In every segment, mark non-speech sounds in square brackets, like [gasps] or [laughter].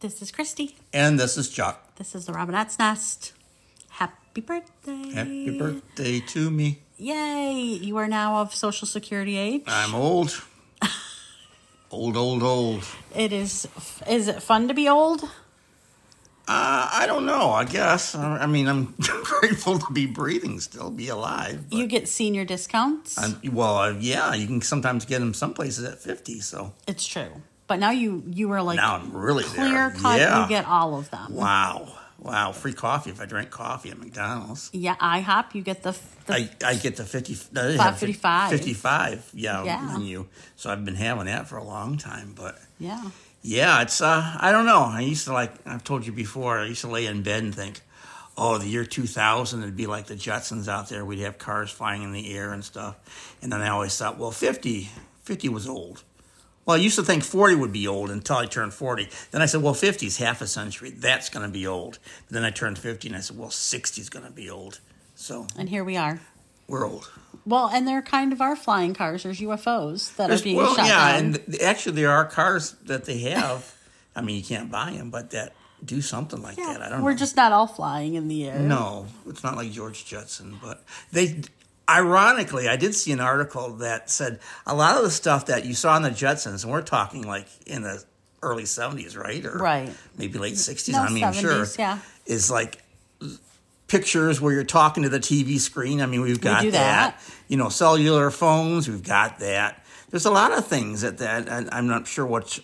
This is Christy. And this is Chuck. This is the Robinette's Nest. Happy birthday. Happy birthday to me. Yay. You are now of Social Security age. [laughs] I'm old. old, old, old. It is, is it fun to be old? Uh, I don't know, I guess. I, I mean, I'm [laughs] grateful to be breathing still, be alive. but- You get senior discounts. I'm, well, uh, yeah, you can sometimes get them some places at 50, so it's true. But now you, you are like now I'm really clear there. cut. yeah. You get all of them. wow. Wow. Free coffee if I drink coffee at McDonald's. Yeah. IHOP, you get the, the I, I get the 50, no, they have 555. 55, yeah, Yeah. menu. So I've been having that for a long time, but. yeah. Yeah, it's uh I don't know. I used to like I've told you before, I used to lay in bed and think, Oh, the year two thousand it'd be like the Jetsons out there, we'd have cars flying in the air and stuff. And then I always thought, well 50, 50 was old. Well, I used to think 40 would be old until I turned 40. Then I said, well, 50 is half a century. That's going to be old. then I turned 50 and I said, well, 60 is going to be old. So And here we are. we're old. Well, and they're kind of our flying cars. There's UFOs that are There's- being well, shot yeah, down. and th- actually, there are cars that they have. I mean, you can't buy them, but that do something like that. I don't. We're know. just not all flying in the air. no. It's not like George Jetson, but they. Ironically, I did see an article that said a lot of the stuff that you saw in the Jetsons, and we're talking like in the early seventies, right? Or Right. Maybe late sixties. No, I mean, sure. 70s, yeah. Is like pictures where you're talking to the TV screen. I mean, we've got do that. that. You know, cellular phones. We've got that. There's a lot of things at that. I, I'm not sure what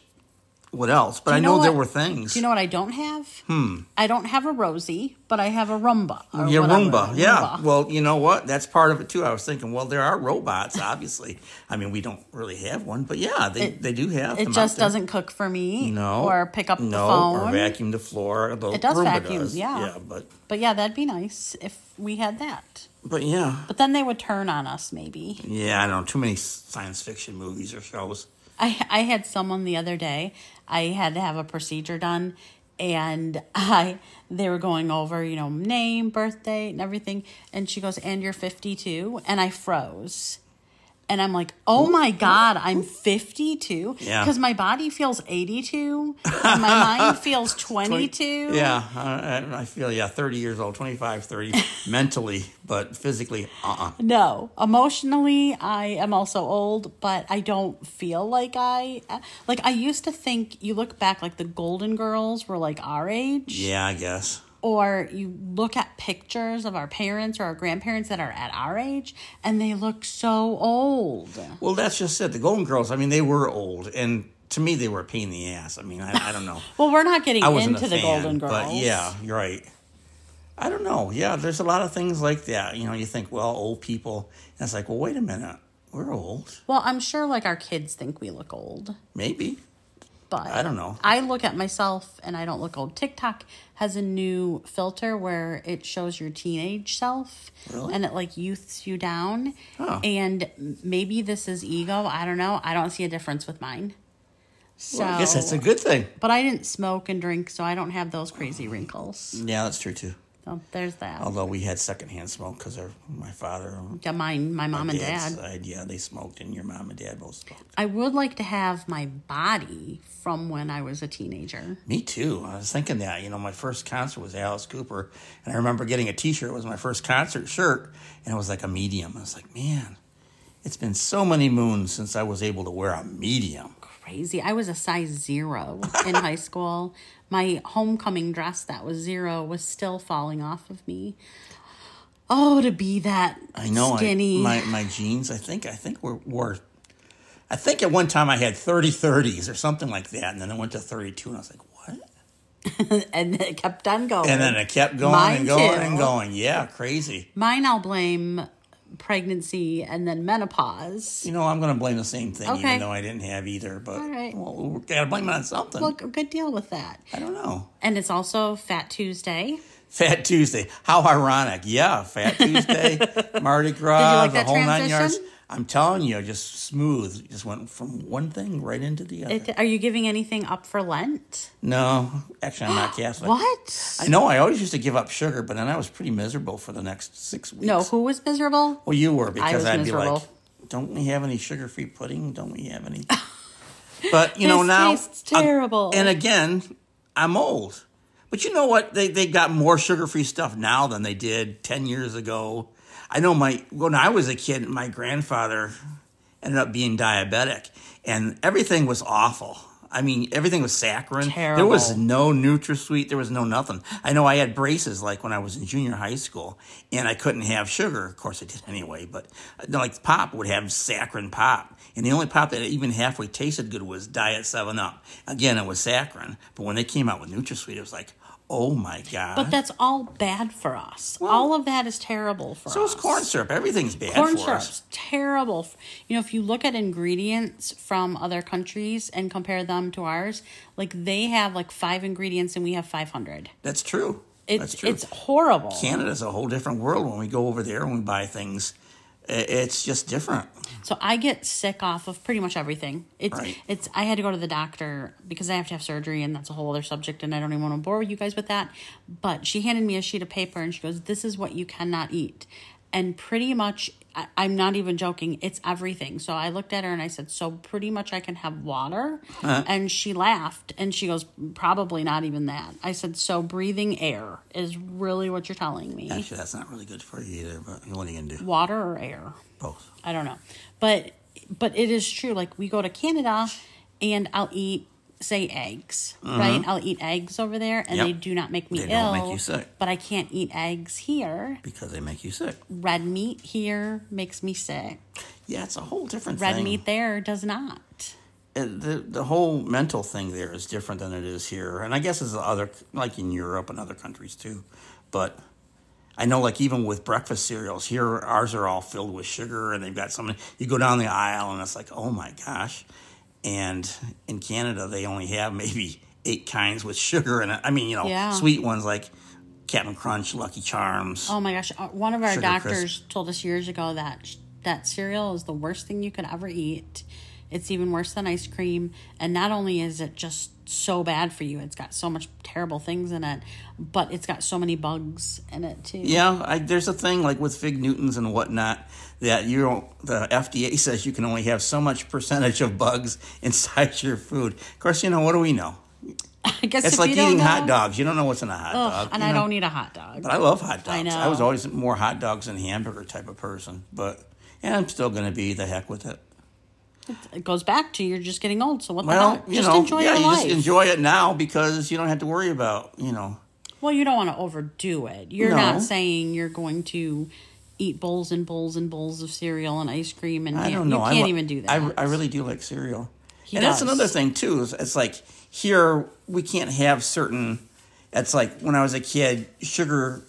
what else, but I you know, know there what- were things. Do you know what I don't have? Hmm. I don't have a Rosie, but I have a Roomba. or Yeah, whatever. Roomba. Yeah. Roomba. Well, you know what? That's part of it too. I was thinking, well, there are robots, obviously. I mean, we don't really have one, but yeah, they, It- they do have. them it out just there. doesn't cook for me. No. Or pick up no, the phone. or vacuum the floor. Although It does Roomba vacuum, does. yeah. Yeah, but But yeah, that'd be nice if we had that. but yeah, But then they would turn on us, maybe. yeah. I don't know. Too many science fiction movies or shows. I, I had someone the other day, I had to have a procedure done. And [laughs] I, they were going over, you know, name, birthday, and everything. And she goes, "And you're 52." And I froze. and I'm like, oh my god, I'm 52 because Yeah. my body feels 82 and my [laughs] mind feels 22. Yeah, I, I- I feel yeah. Thirty years old, [laughs] 25, 30, mentally, but physically, uh, uh No, emotionally, I am also old, but I don't feel like I like I used to think. You look back, like the Golden Girls were like our age, yeah. I guess. or you look at pictures of our parents or our grandparents that are at our age, and they look so old. Well, that's just it. The Golden Girls. I mean, they were old, and to me, they were a pain in the ass. I mean, I, I don't know. Well, we're not getting I wasn't into a the fan, Golden Girls, but yeah, you're right. I don't know. Yeah, there's a lot of things like that. You know, you think, well, old people. And it's like, well, wait a minute, we're old. Well, I'm sure like our kids think we look old. Maybe. but I don't know. I look at myself and I don't look old. TikTok has a new filter where it shows your teenage self Really? and it like youths you down. Oh. And m- maybe this is ego. I don't know. I don't see a difference with mine. So, Well, I guess that's a good thing. but I didn't smoke and drink, so I don't have those crazy wrinkles. Yeah, that's true too. So there's that. Although we had secondhand smoke because my father, Yeah, mine, my mom and dad. dad's side, yeah, they smoked, and your mom and dad both smoked. I would like to have my body from when I was a teenager. Me too. I was thinking that. You know, my first concert was Alice Cooper, and I remember getting a T-shirt. It was my first concert shirt, and it was like a medium. I was like, man, it's been so many moons since I was able to wear a medium. crazy. I was a size zero [laughs] in high school. My homecoming dress that was zero was still falling off of me. Oh, to be that I know. I- skinny. my my jeans. I think I think were were. I think at one time I had 30 30s or something like that, and then I went to 32, and I was like, what? [laughs] and it kept on going. And then it kept going Mine and going too. and going. Yeah, crazy. Mine, I'll blame pregnancy and then menopause. You know, I'm going to blame the same thing, Okay. even though I didn't have either. But All right. well, we got to blame it on something. Look, a good deal with that. I don't know. And it's also Fat Tuesday. Fat Tuesday. How ironic. [laughs] Yeah, Fat Tuesday, Mardi Gras, like the that whole nine yards. transition? I'm telling you, just smooth. Just went from one thing right into the other. It, are you giving anything up for Lent? no, actually, [gasps] I'm not Catholic. What? I know I always used to give up sugar, but then I was pretty miserable for the next six weeks. no, who was miserable? Well, you were because was I'd be like, miserable. don't we have any sugar free pudding? Don't we have any? [laughs] But, you know, This now. tastes terrible. and again, I'm old. But you know what? They they got more sugar free stuff now than they did ten years ago. I know my when I was a kid, my grandfather ended up being diabetic, and everything was awful. I mean, everything was saccharine. There was Terrible. no NutraSweet. There was no nothing. I know I had braces like when I was in junior high school, and I couldn't have sugar. Of course, I did [laughs] anyway. But uh, like pop would have saccharine pop, and the only pop that even halfway tasted good was Diet Seven Up. Again, it was saccharine. But when they came out with NutraSweet, it was like, oh my god. But that's all bad for us. all of that is terrible for so us. is corn syrup. Everything's bad corn for syrup's us. terrible. You know, if you look at ingredients from other countries and compare them to ours, like they have like five ingredients and we have 500. That's true. That's It's true. it's horrible. Canada's a whole different world when we go over there and we buy things. I- It's just different. So I get sick off of pretty much everything. It's Right. it's I had to go to the doctor because I have to have surgery and that's a whole other subject and I don't even want to bore you guys with that. But she handed me a sheet of paper and she goes, "This is what you cannot eat." And pretty much I, I'm not even joking, it's everything. So I looked at her and I said, "So pretty much I can have water?" Uh-huh. And she laughed and she goes, "Probably not even that." I said, "So breathing air is really what you're telling me." Actually, that's not really good for you either, but what are you going to do? Water or air? Both. I don't know. But but it is true. Like we go to Canada and I'll eat say eggs, right? I'll eat eggs over there and Mm-hmm. Yep. they do not make me They ill. don't make you sick. But I can't eat eggs here. Because they make you sick. Red meat here makes me sick. Yeah, it's a whole different Red thing. meat there does not. It- the, the whole mental thing there is different than it is here. And I guess it's other, like in Europe and other countries too. But I know, like, even with breakfast cereals, here ours are all filled with sugar and they've got something. You go down the aisle and it's like, oh my gosh. And in Canada, they only have maybe eight kinds with sugar in it. I mean, you know, Yeah. sweet ones like Captain Crunch, Lucky Charms. Oh my gosh, Uh, one of our Sugar doctors told us years ago that sh- that cereal is the worst thing you could ever eat. It's even worse than ice cream, and not only is it just so bad for you, it's got so much terrible things in it, but it's got so many bugs in it too. Yeah, I, there's a thing like with fig Newtons and whatnot that you don't, the FDA says you can only have so much percentage of bugs [laughs] inside your food. Of course, you know what do we know? [laughs] I guess It's if like you don't eating hot know- dogs. You don't know what's in a hot Ugh, dog. and you I know? don't eat a hot dog. But I love hot dogs. I know. was always more hot dogs than hamburger type of person, but and I'm still gonna be the heck with it. it goes back to you're just getting old, so what the Well, heck? you Just know, enjoy yeah, your you life. just enjoy it now because you don't have to worry about you know. Well, you don't want to overdo it. You're No. not saying you're going to eat bowls and bowls and bowls of cereal and ice cream, and I can't- don't know. you I can't li- even do that. I, I really do like cereal. He and that's does. another thing too. is It's like here we can't have certain. It's like when I was a kid, sugar.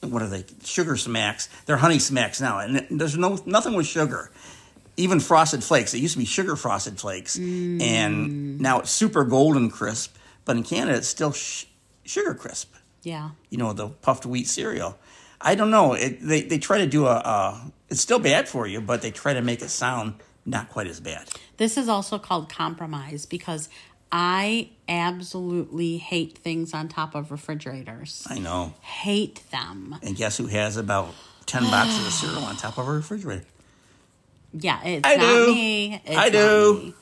What are they? Sugar smacks. They're honey smacks now, and there's no nothing with sugar. Even frosted flakes. It used to be sugar frosted flakes, Mm. and now it's super golden crisp. But in Canada, it's still sh- sugar crisp yeah, you know the puffed wheat cereal. I don't know. It, they they try to do a. Uh, it's still bad for you, but they try to make it sound not quite as bad. this is also called compromise because I absolutely hate things on top of refrigerators. I know. Hate them. And guess who has about [sighs] ten boxes of cereal on top of her refrigerator? Yeah, it's I not do. me. It's I not do. me.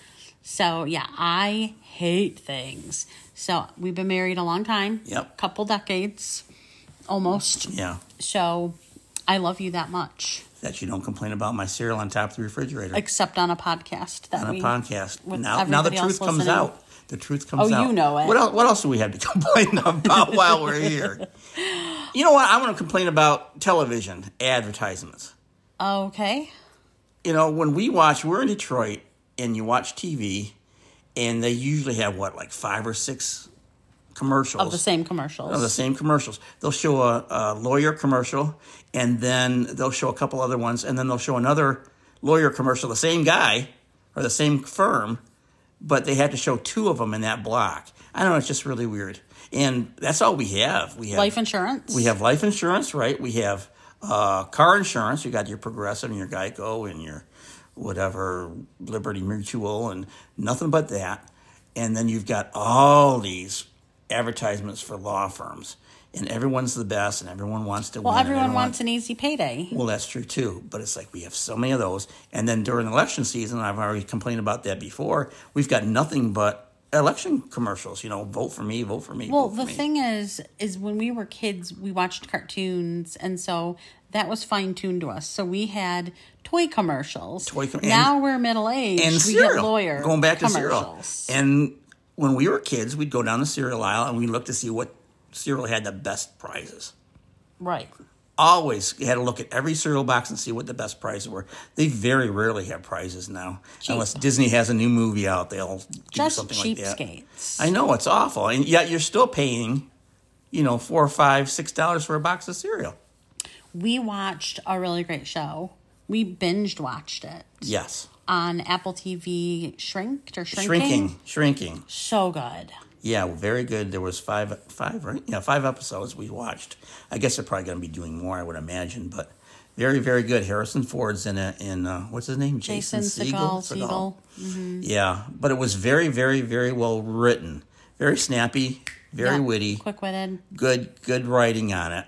So yeah, I hate things. So we've been married a long time. Yep. Couple decades, almost. Yeah, So I love you that much. that you don't complain about my cereal on top of the refrigerator except on a podcast that on a we podcast. with Now, now the everybody else truth comes listening. out. The truth comes you out. know it. What else, what else do we have to [laughs] complain about while we're [laughs] here? You know what? I want to complain about television advertisements. Okay. you know, when we watch, we're in Detroit, and you watch TV, and they usually have what, like five or six commercials Of the same commercials. of the same commercials. They'll show a, a lawyer commercial, and then they'll show a couple other ones, and then they'll show another lawyer commercial, the same guy or the same firm, but they have to show two of them in that block. I don't know, it's just really weird. And that's all we have. We have Life insurance. we have life insurance, right? We have uh, car insurance. You got your Progressive and your Geico and your whatever Liberty Mutual and nothing but that. And then you've got all these advertisements for law firms, and everyone's the best, and everyone wants to Well, win. and everyone wants an easy payday. well, that's true too, but it's like we have so many of those. And then during election season, I've already complained about that before. We've got nothing but election commercials. You know, vote for me, vote for me. Well, vote for the me. thing is, is when we were kids, we watched cartoons, and so that was fine tuned to us. So we had toy commercials. Toy com- now we're middle aged. and we cereal. get lawyer going back to cereal. commercials. And when we were kids, we'd go down the cereal aisle and we looked to see what cereal had the best prizes. Right. Always had to look at every cereal box and see what the best prizes were. They very rarely have prizes now, unless Disney has a new movie out. They'll do Just something like that. cheapskates. I know it's awful, and yet you're still paying, you know, four or five, six dollars for a box of cereal. we watched a really great show. We binged watched it Yes, on Apple TV Shrinked or Shrinking. shrinking, shrinking. So good. Yeah, very good. There was five, five, right? Yeah, five episodes we watched. I guess they're probably going to be doing more, I would imagine. But very, very good. Harrison Ford's in it. In uh, what's his name? Jason Segel? Segal. Segal. Yeah, but it was very, very, very well written. Very snappy. Very Yeah. witty. Quick witted. Good, good writing on it.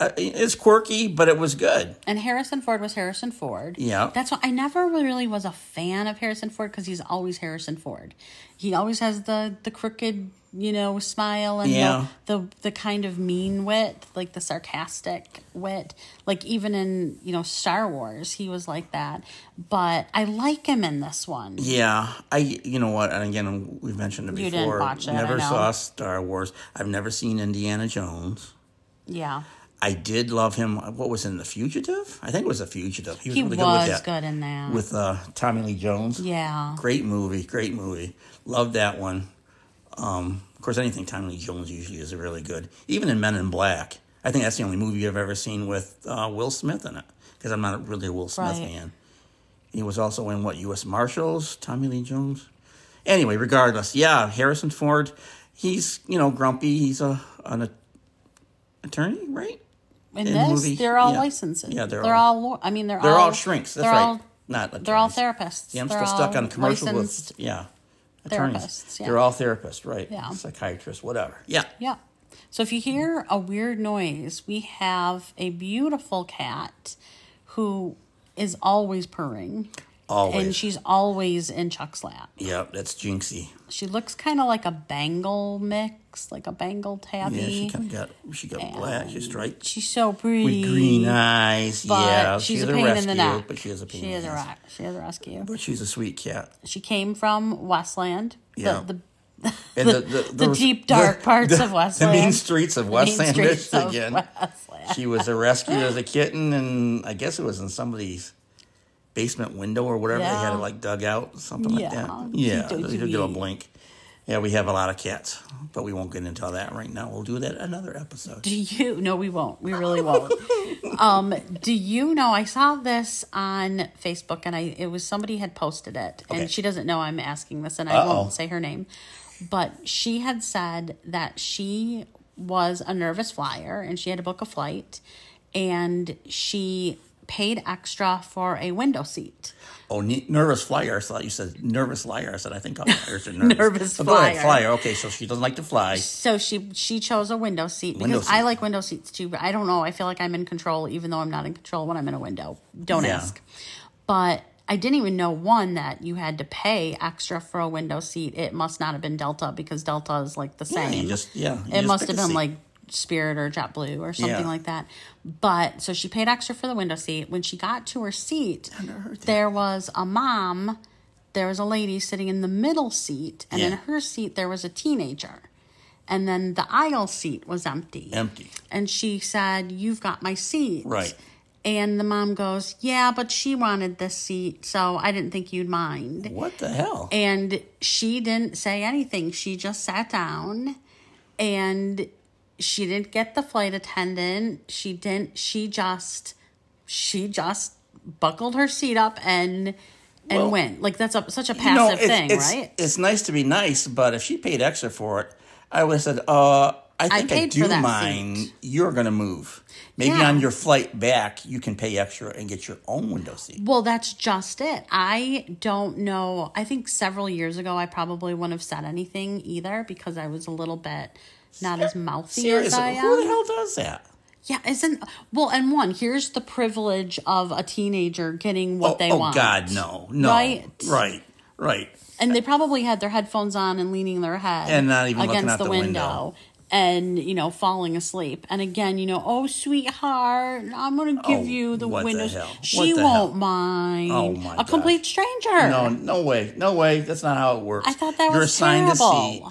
Uh, it's quirky, but it was good. And Harrison Ford was Harrison Ford. Yeah. That's why I never really was a fan of Harrison Ford because he's always Harrison Ford. He always has the the crooked, you know, smile and Yeah. the, the the kind of mean wit, like the sarcastic wit. Like even in, you know, Star Wars, he was like that. But I like him in this one. Yeah, I you know what? And again, we've mentioned it You before. didn't watch it, I never know. saw Star Wars. I've never seen Indiana Jones. Yeah. I did love him. What was in The Fugitive? I think it was The Fugitive. was He was really good with that. good in that. With uh, Tommy Lee Jones. yeah. Great movie. Great movie. Loved that one. Um, of course, anything Tommy Lee Jones usually is really good. Even in Men in Black. I think that's the only movie I've ever seen with uh, Will Smith in it. Because I'm not really a Will Smith Right. fan. He was also in what, U.S. Marshals? Tommy Lee Jones? Anyway, regardless, yeah, Harrison Ford, he's, you know, grumpy. He's a an a- attorney, right? In, in this, movie- they're all yeah. licenses. Yeah, they're they're all- all, law- I mean they're, They're all, all, shrinks. That's they're right. All, Not attorneys. they're all therapists. Yeah, I'm They're still stuck all on commercial licensed- with yeah. Attorneys. therapists, yeah. They're all therapists, right? Yeah. Psychiatrists, whatever. Yeah. Yeah. So if you hear a weird noise, we have a beautiful cat who is always purring. Always. And she's always in Chuck's lap. Yep, that's Jinxie. She looks kind of like a Bengal mix, like a Bengal tabby. Yeah, she kind of got she got black. She's striped she's so pretty. with green eyes. but yeah, she's she's a pain rescue, in the neck. but she is a pain. She in is the a neck. rock. She is a rescue. But she's a sweet cat. She came from Westland. the- Yeah. the And the, the deep dark parts of [laughs] the Westland. mean streets of Main Westland, streets of Michigan. Westland. she was a rescued as a kitten, and I guess it was in somebody's basement window or whatever. They had Yeah. it like dug out, something like Yeah, that. Yeah, she did you get a be. blink. Yeah, we have a lot of cats, but we won't get into all that right now. We'll do that another episode. Do you? No, we won't. We [laughs] really won't. um, do you know? I saw this on Facebook, and I it was somebody had posted it, Okay. and she doesn't know I'm asking this, and I Uh-oh. won't say her name, but she had said that she was a nervous flyer, and she had to book a flight, and she paid extra for a window seat. Oh, ne- nervous flyer. I thought you said nervous liar. I said I [laughs] think all flyers are nervous. Nervous Oh, go ahead, flyer. flyer. Okay, so she doesn't like to fly. So she she chose a window seat because Window I seat. like window seats too, but I don't know. I feel like I'm in control even though I'm not in control when I'm in a window. Don't Yeah. ask. But I didn't even know one that you had to pay extra for a window seat. It must not have been Delta because Delta is like the Yeah, same. you just yeah. you it just must pick have a been seat. like Spirit or JetBlue or something Yeah. like that. But so she paid extra for the window seat. When she got to her seat, never heard that. there was a mom, there was a lady sitting in the middle seat, and in Yeah. her seat there was a teenager. And then the aisle seat was empty. empty. And she said, You've got my seat. Right. And the mom goes, Yeah, but she wanted this seat, so I didn't think you'd mind. What the hell? And she didn't say anything. She just sat down and she didn't get the flight attendant. She didn't she just she just buckled her seat up and and Well, went. Like that's a, such a passive You know, it's- thing, it's- right? It's nice to be nice, but if she paid extra for it, I would have said, uh, I think I, paid for do that mine. seat." You're going to move. Maybe Yeah. on your flight back, you can pay extra and get your own window seat. Well, that's just it. I don't know. I think several years ago, I probably wouldn't have said anything either because I was a little bit not as mouthy as I Seriously, am. who the hell does that? Yeah, isn't well, and one here's the privilege of a teenager getting what oh, they oh, want. God, no, no, Right? right. Right. and they probably had their headphones on and leaning their head And not even looking against out the, the window. window. and you know falling asleep and again you know oh sweetheart i'm gonna give Oh, you the what the windows hell? What she the hell? won't mind Oh, my a gosh. complete stranger No, no way, no way. That's not how it works. i thought that You're was assigned terrible a seat.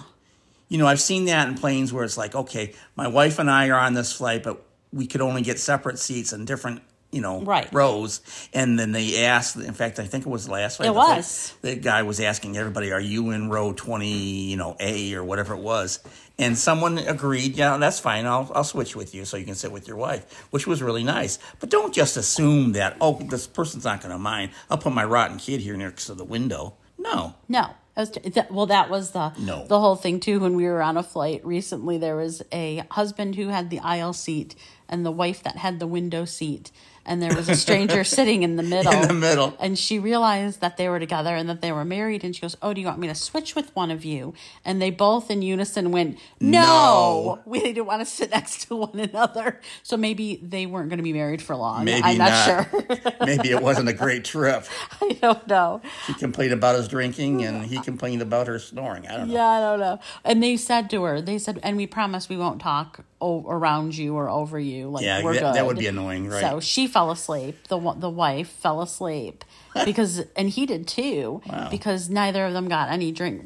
You know, I've seen that in planes where it's like, okay, my wife and I are on this flight, but we could only get separate seats in different, you know, Right. rows. And then they asked. In fact, I think it was the last flight. It the flight- was. The guy was asking everybody, "Are you in row twenty, you know, A or whatever it was?" And someone agreed, "Yeah, that's fine. I'll I'll switch with you so you can sit with your wife," which was really nice. But don't just assume that. Oh, this person's not going to mind. I'll put my rotten kid here next to the window. No. No. That was that, well, that was the No. the whole thing too. When we were on a flight recently, there was a husband who had the aisle seat and the wife that had the window seat, and there was a [laughs] stranger sitting in the middle. In the middle. And she realized that they were together and that they were married, and she goes, "Oh, do you want me to switch with one of you?" And they both in unison went, "No, No. we didn't want to sit [laughs] next to one another." So maybe they weren't going to be married for long. Maybe I'm not, not. sure. [laughs] [laughs] Maybe it wasn't a great trip. I don't know. She complained about his drinking, and he complained about her snoring. I don't know. Yeah, I don't know. And they said to her, they said, and we promise we won't talk o- around you or over you. Like, Yeah, we're that, that good." would be annoying, right? So she fell asleep. The wa- the wife fell asleep because, and he did too, Wow. because neither of them got any drink.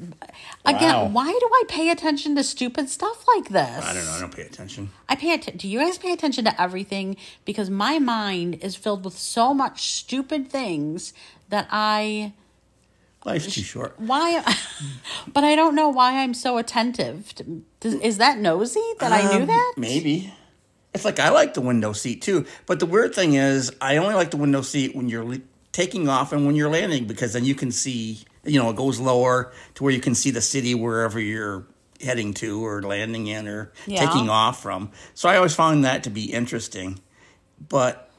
Again, Wow. why do I pay attention to stupid stuff like this? I don't know. I don't pay attention. I pay attention. Do you guys pay attention to everything? Because my mind is filled with so much stupid things that I Life's too short. why [laughs] but i don't know why i'm so attentive to, does, is that nosy that i knew Um, that Maybe. It's like I like the window seat too. But the weird thing is, I only like the window seat when you're le- taking off and when you're landing because then you can see, you know, it goes lower to where you can see the city wherever you're heading to or landing in or Yeah. taking off from. So I always found that to be interesting. But,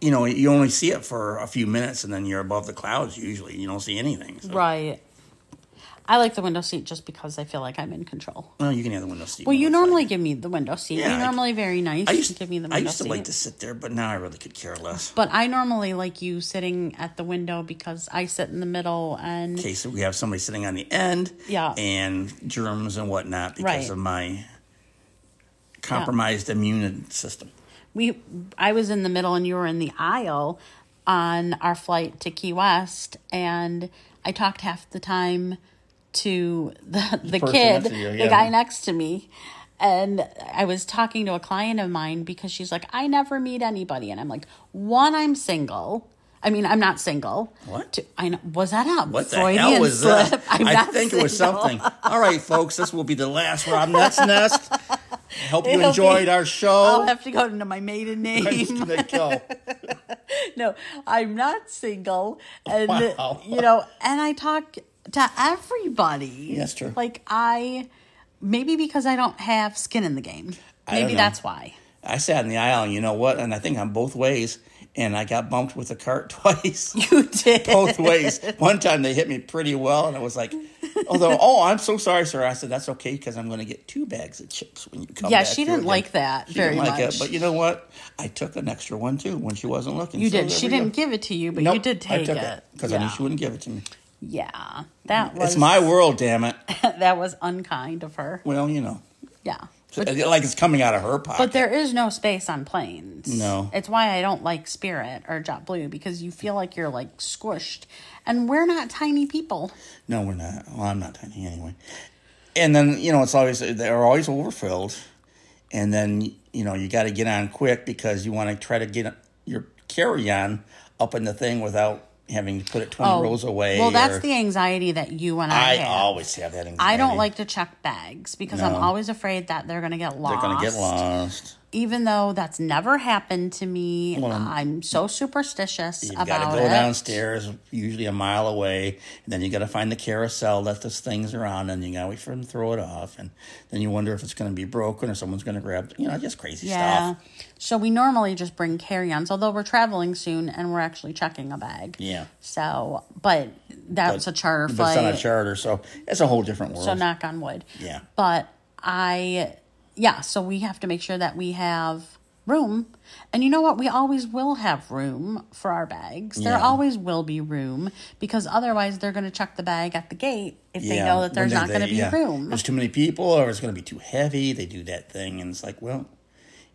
you know, you only see it for a few minutes and then you're above the clouds usually. You don't see anything. So, right i like the window seat just because i feel like i'm in control no, you can have the window seat. well when you it's like- normally give me the window seat Yeah, you're I- normally very nice I used, to give me the window I used to seat like to sit there, but now I really could care less. but i normally like you sitting at the window because i sit in the middle and case that we have somebody sitting on the end Yeah. and germs and whatnot because Right. of my compromised immune system. we I was in the middle and you were in the aisle on our flight to Key West and I talked half the time to the the, person kid, next to you, the yeah. guy next to me. And I was talking to a client of mine because she's like, I never meet anybody. And I'm like, one, I'm single. I mean, I'm not single. What? Two, I know, was that up? What the Freudian hell was slip. [laughs] that? I'm I not think it was single. something. All right, folks, this will be the last Rob Nuts Nest. I hope you It'll enjoyed be- our I'll show. have to go into my maiden I'm just name. gonna go. [laughs] no, I'm not single, and Wow. you know, and I talk to everybody. That's true. Like I, maybe because I don't have skin in the game. I don't Maybe know. that's why. [laughs] I sat in the aisle, and you know what? And I think I'm both ways, and I got bumped with a cart [laughs] twice. You did. both ways. One time they hit me pretty well, and I was like, although, oh, I'm so sorry, sir. I said, that's okay because I'm going to get two bags of chips when you [laughs] come Yeah, back she here didn't again." like that She very didn't like much. it. But you know what? I took an extra one too when she wasn't looking. You so did. there She we go. didn't give it to you, but Nope, you did take I took it. because I yeah. knew she wouldn't give it to me. yeah, that was [laughs] It's my world, damn it. [laughs] that was unkind of her. Well, you know, Yeah. like it's coming out of her pocket. But there is no space on planes. No. It's why I don't like Spirit or JetBlue because you feel like you're like squished. And we're not tiny people. no, we're not. Well, I'm not tiny anyway. And then you know, it's always they're always overfilled, and then you know you got to get on quick because you want to try to get your carry on up in the thing without having to put it twenty rows away. Oh, Well, that's or- the anxiety that you and I, I have. always have that. Anxiety. I don't like to check bags because I'm No. always afraid that they're going to get They're lost. gonna get lost. Even though that's never happened to me, Well, I'm- I'm so superstitious You about got to it. go downstairs, usually a mile away, and then you got to find the carousel that those things are on, and you got to wait for them to throw it off, and then you wonder if it's going to be broken or someone's going to grab. it. You know, just crazy Yeah. stuff. So we normally just bring carry-ons, although we're traveling soon and we're actually checking a bag. Yeah. So, but that's a charter But flight. it's not a charter, so it's a whole different world. So knock on wood. Yeah. But I, yeah. So we have to make sure that we have room. And you know what? We always will have room for our bags. There Yeah. always will be room because otherwise they're going to chuck the bag at the gate if they Yeah, know that when there's they- not going to they- be yeah. room. There's too many people, or it's going to be too heavy. They do that thing, and it's like, well,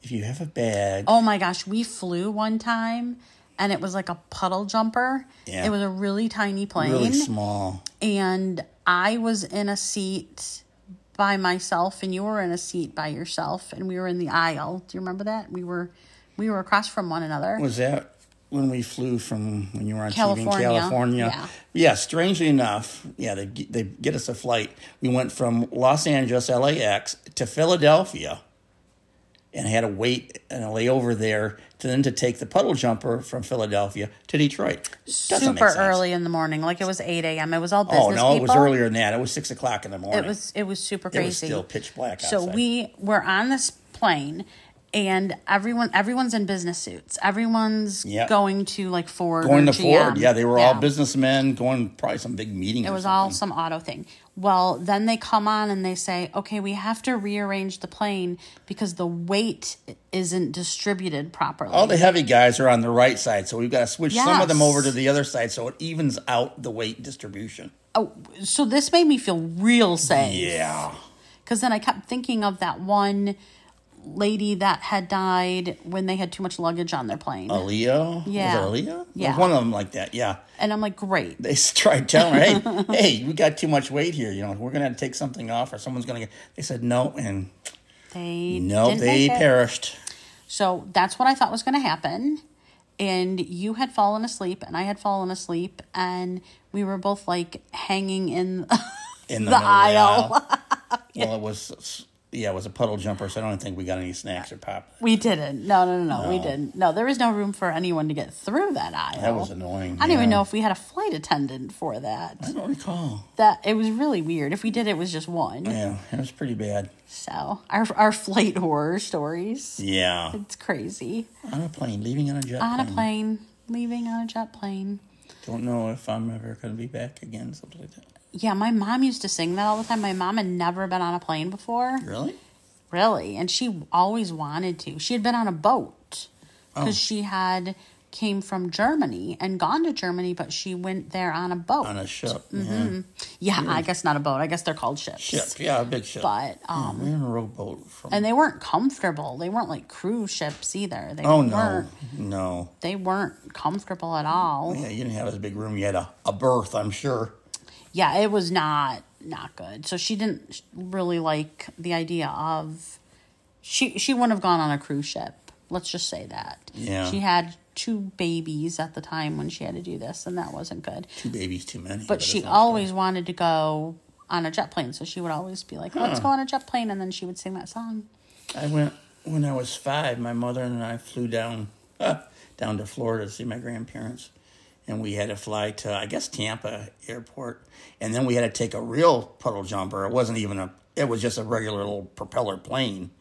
if you have a bag, Oh my gosh, we flew one time and it was like a puddle jumper. Yeah. It was a really tiny plane. really small. and I was in a seat by myself and you were in a seat by yourself and we were in the aisle. Do you remember that? We were we were across from one another. Was that when we flew from when you were on TV California, in California? yeah. Yeah, Strangely enough, yeah, they g- they get us a flight. We went from Los Angeles, LAX, to Philadelphia, and had to wait and a layover there to then to take the puddle jumper from Philadelphia to Detroit. Doesn't make Super sense. early in the morning. Like it was eight AM. It was all business. Oh no, it was people. earlier than that. It was six o'clock in the morning. It was it was super It crazy. was still pitch black outside. So we were on this plane and everyone everyone's in business suits. Everyone's Yep. going to like Ford. or going to GM. Ford. Yeah, they were all businessmen going probably some big meeting. It was all some auto thing. Well, then they come on and they say, okay, we have to rearrange the plane because the weight isn't distributed properly. all the heavy guys are on the right side, so we've got to switch some of them Yes. over to the other side so it evens out the weight distribution. so this made me feel real safe. Yeah. Because then I kept thinking of that one lady that had died when they had too much luggage on their plane. Oh. Aaliyah? Yeah. Was it Aaliyah? Yeah. One of them like that, yeah. And I'm like, great. They [laughs] tried telling her, [laughs] hey, hey, we got too much weight here. You know, we're going to have to take something off or someone's going to get. They said no, and They no, didn't they make it. perished. So that's what I thought was going to happen. And you had fallen asleep, and I had fallen asleep, and we were both like hanging in. [laughs] in The the, middle of the aisle. aisle. well, it was yeah, it was a puddle jumper, so I don't think we got any snacks or pop. We didn't. No, no, no, no. We No. didn't. No, there was no room for anyone to get through that aisle. That was annoying. Oh. I don't even yeah. know if we had a flight attendant for that. I don't recall. That it was really weird. If we did, it was just one. Yeah, it was pretty bad. So our our flight horror stories. Yeah, It's crazy. on a plane, leaving on a jet. On a plane. plane, leaving on a jet plane. Don't know if I'm ever going to be back again. Something like that. Yeah, my mom used to sing that all the time. My mom had never been on a plane before, Really? really, and she always wanted to. She had been on a boat Oh. because she had came from Germany and gone to Germany, but she went there on a boat. On a ship. Mm-hmm. Yeah. Yeah, Mm. I guess not a boat. I guess they're called ships. Ship. Yeah, a big ship. But um, we're in a rowboat from. and they weren't comfortable. They weren't like cruise ships either. They oh no, weren't. no. They weren't comfortable at all. Yeah, you didn't have as big room. You had a, a berth, I'm sure. Yeah, it was not not good. So she didn't really like the idea of she she wouldn't have gone on a cruise ship. Let's just say that. Yeah. She had two babies at the time when she had to do this, and that wasn't good. Two babies too many. But it's she not good. always wanted to go on a jet plane, so she would always be like, "Let's go on a jet plane," and then she would sing that song. I went when I was five. My mother and I flew down down to Florida to see my grandparents, and we had to fly to I guess Tampa airport, and then we had to take a real puddle jumper. It wasn't even a. It was just a regular little propeller plane,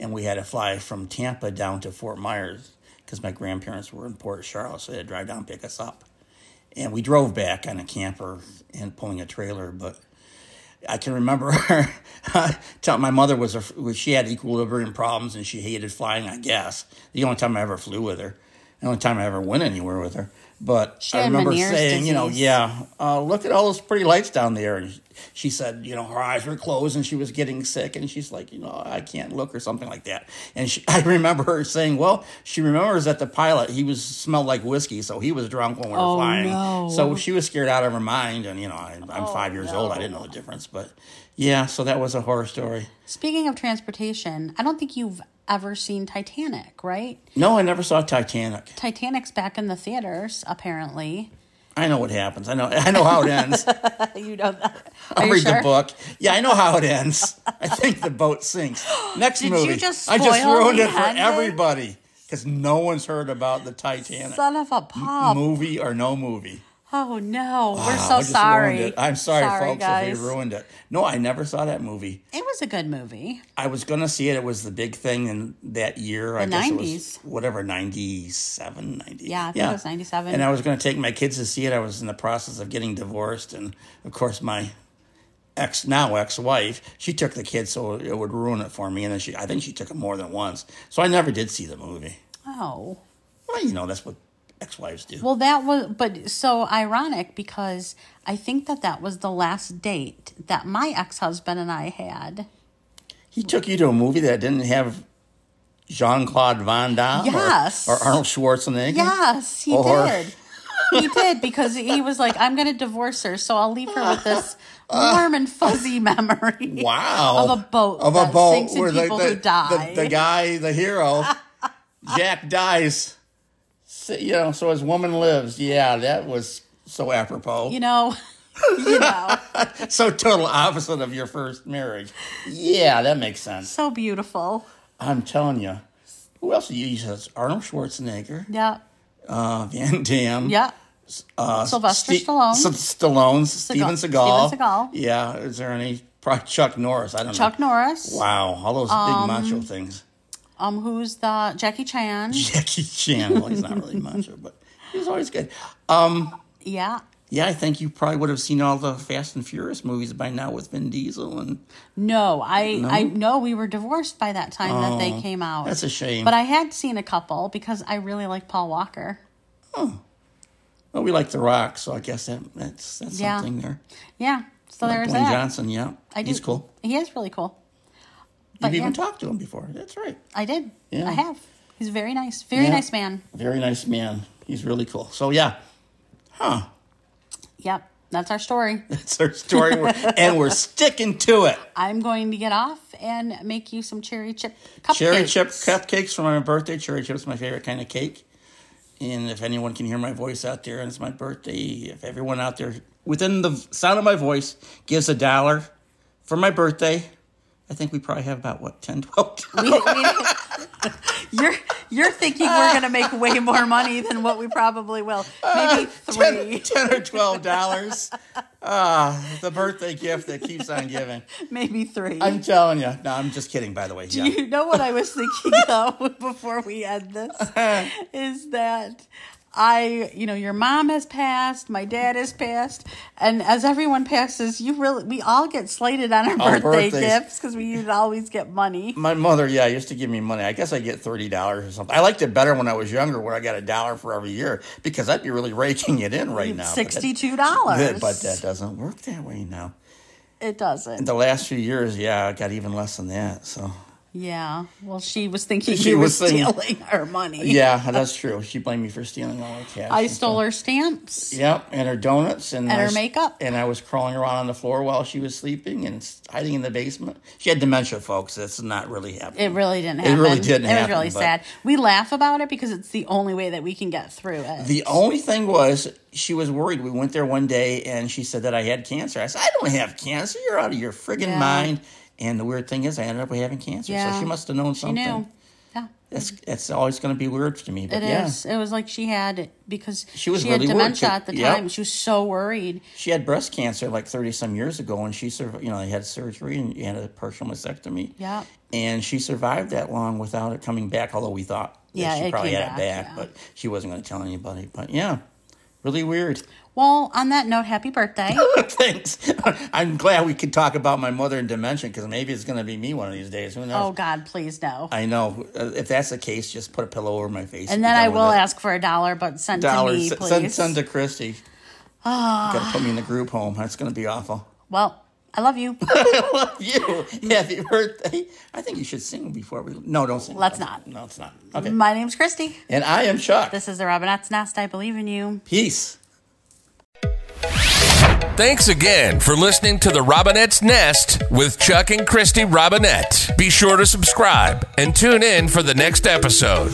and we had to fly from Tampa down to Fort Myers because my grandparents were in Port Charlotte, so they had to drive down and pick us up. And we drove back on a camper and pulling a trailer, but I can remember [laughs] her. tell- my mother was a, was- she had equilibrium problems and she hated flying. I guess the only time I ever flew with her, the only time I ever went anywhere with her. But She I had remember Meniere's saying, you know, disease. yeah, uh, look at all those pretty lights down there. And she said, you know, her eyes were closed and she was getting sick and she's like, you know, I can't look or something like that. And she, [laughs] I remember her saying, well, she remembers that the pilot he was smelled like whiskey, so he was drunk when we were Oh, flying. no. So she was scared out of her mind, and you know, I, I'm Oh, five years old. I no. didn't know the difference, but yeah. So that was a horror story. Speaking of transportation, I don't think you've ever seen Titanic, right? No, I never saw Titanic. Titanic's back in the theaters, apparently. I know what happens. I know. [laughs] I know how it ends. [laughs] you know that. Are I'll you read sure? the book. Yeah, I know how it ends. I think the [gasps] boat sinks. Next Did you movie. just I just spoil ruined the it for ending? everybody because no one's heard about the Titanic Son of a pop. movie or no movie. Oh no, we're Wow, I so just ruined sorry. it. I'm sorry, folks, guys. if we ruined it. No, I never saw that movie. It was a good movie. I was gonna see it. It was the big thing in that year. I The guess it 90s. was whatever 97, 90. Yeah, I think it was 97. And I was gonna take my kids to see it. I was in the process of getting divorced, and of course my ex now ex wife, she took the kids so it would ruin it for me, and then she I think she took them more than once, so I never did see the movie. Oh. Well, you know that's what ex wives do. Well, that was, but so ironic because I think that that was the last date that my ex husband and I had. he took you to a movie that didn't have Jean Claude Van Damme or- Yes. or, Arnold Schwarzenegger. Yes, he Or- did. He did because he was like, I'm going to divorce her, so I'll leave her with this warm and fuzzy memory. [laughs] Wow. Of a boat Of a that boat sinks and where the, people the, who die. The, the guy, [laughs] the hero, Jack dies. So, you know, so his woman lives. Yeah, that was so apropos. You know, you know, so total opposite of your first marriage. Yeah, that makes sense. so beautiful. I'm telling you. Who else do you use? Arnold Schwarzenegger, Yeah, uh, Van Damme. yeah. Uh, Sylvester Ste- Stallone. S- Stallone, Steven Seagal. Steven Seagal. Yeah, is there any? Probably Chuck Norris. I don't Chuck know. Norris. Wow, all those big macho things. Um, who's the Jackie Chan? Jackie Chan. Well, he's not really macho, but he's always good. Yeah. Yeah, I think you probably would have seen all the Fast and Furious movies by now with Vin Diesel, and No, I I know we were divorced by that time that they came out. Oh, that's a shame. But I had seen a couple because I really like Paul Walker. well, we like The Rock, so I guess that that's that's Yeah. something there. Yeah. So there's Dwayne that. Johnson. Yeah, I he's do- cool. He is really cool. You've But yeah, even talked to him before. That's right. I did. Yeah. I have. He's very nice. Very Yeah. nice man. Very nice man. He's really cool. So yeah, [laughs] huh? Yep. That's our story. [laughs] That's our story, We're- and we're sticking to it. I'm going to get off and make you some cherry chip cupcakes. Cherry chip cupcakes for my birthday. Cherry chip's my favorite kind of cake. And if anyone can hear my voice out there and it's my birthday, if everyone out there within the sound of my voice gives a dollar for my birthday, I think we probably have about what 10 12 [laughs] We- [laughs] we- you're you're thinking we're going to make way more money than what we probably will. Maybe [laughs] 10, three, 10 or 12 dollars. Ah, the birthday gift that keeps on giving. maybe three. I'm telling you. No, I'm just kidding by the way. Yeah. You know what I was [laughs] thinking though before we end this Uh-huh. is that I, you know, your mom has passed, my dad has passed, and as everyone passes, you really we all get slated on our, Our birthday birthdays. gifts because we used to always get money. My mother, yeah, used to give me money. I guess I get thirty dollars or something. I liked it better when I was younger, when I got a dollar for every year, because I'd be really raking it in right now. but that- Sixty-two But, dollars. but that doesn't work that way now. it doesn't. The last few years, yeah, I got even less than that. So Yeah. Well, she was thinking She she was was thinking- stealing her money. yeah, that's true. She blamed me for stealing all her cash. I and stole stuff. her stamps. Yep, and her donuts and, And her I s- makeup. And I was crawling around on the floor while she was sleeping and s- hiding in the basement. She had dementia, folks. That's not really happening. It really didn't It happen. really didn't It happen, was really but- sad. We laugh about it because it's the only way that we can get through it. The only thing was, she was worried. We went there one day and she said that I had cancer. I said, I don't have cancer. You're out of your friggin' Yeah. mind. And the weird thing is, I ended up having cancer. Yeah. So she must have you known something. knew. Yeah. That's, that's always going to be weird to me. But It is. yeah, It was like she had it because She was had really worried. dementia She- at the yep. time. She was so worried. she had breast cancer like 30 some years ago and she, sur- you know, they had surgery and you had a partial mastectomy. Yeah. And she survived that long without it coming back, although we thought that Yeah, she it probably came had it back, back, yeah. but she wasn't going to tell anybody. But yeah, really weird. Well, on that note, happy [laughs] birthday. Thanks. I'm glad we could talk about my mother and dementia because maybe it's going to be me one of these days. Who knows? oh God, please no. I know. Uh, If that's the case, just put a pillow over my face. and then I will ask ask for a dollar, but sent to me, dollars. please. Ah. Send, send to Christy. Got to put me in the group home. That's going to be awful. [laughs] well, I love you. I love you. Happy birthday. I think you should sing before we. No, don't sing. Let's not. No, it's not. Okay. My name's Christy. And I am Chuck. This is the Robinette's Nest. I believe in you. Peace. Thanks again for listening to the Robinette's Nest with Chuck and Christy Robinette. Be sure to subscribe and tune in for the next episode.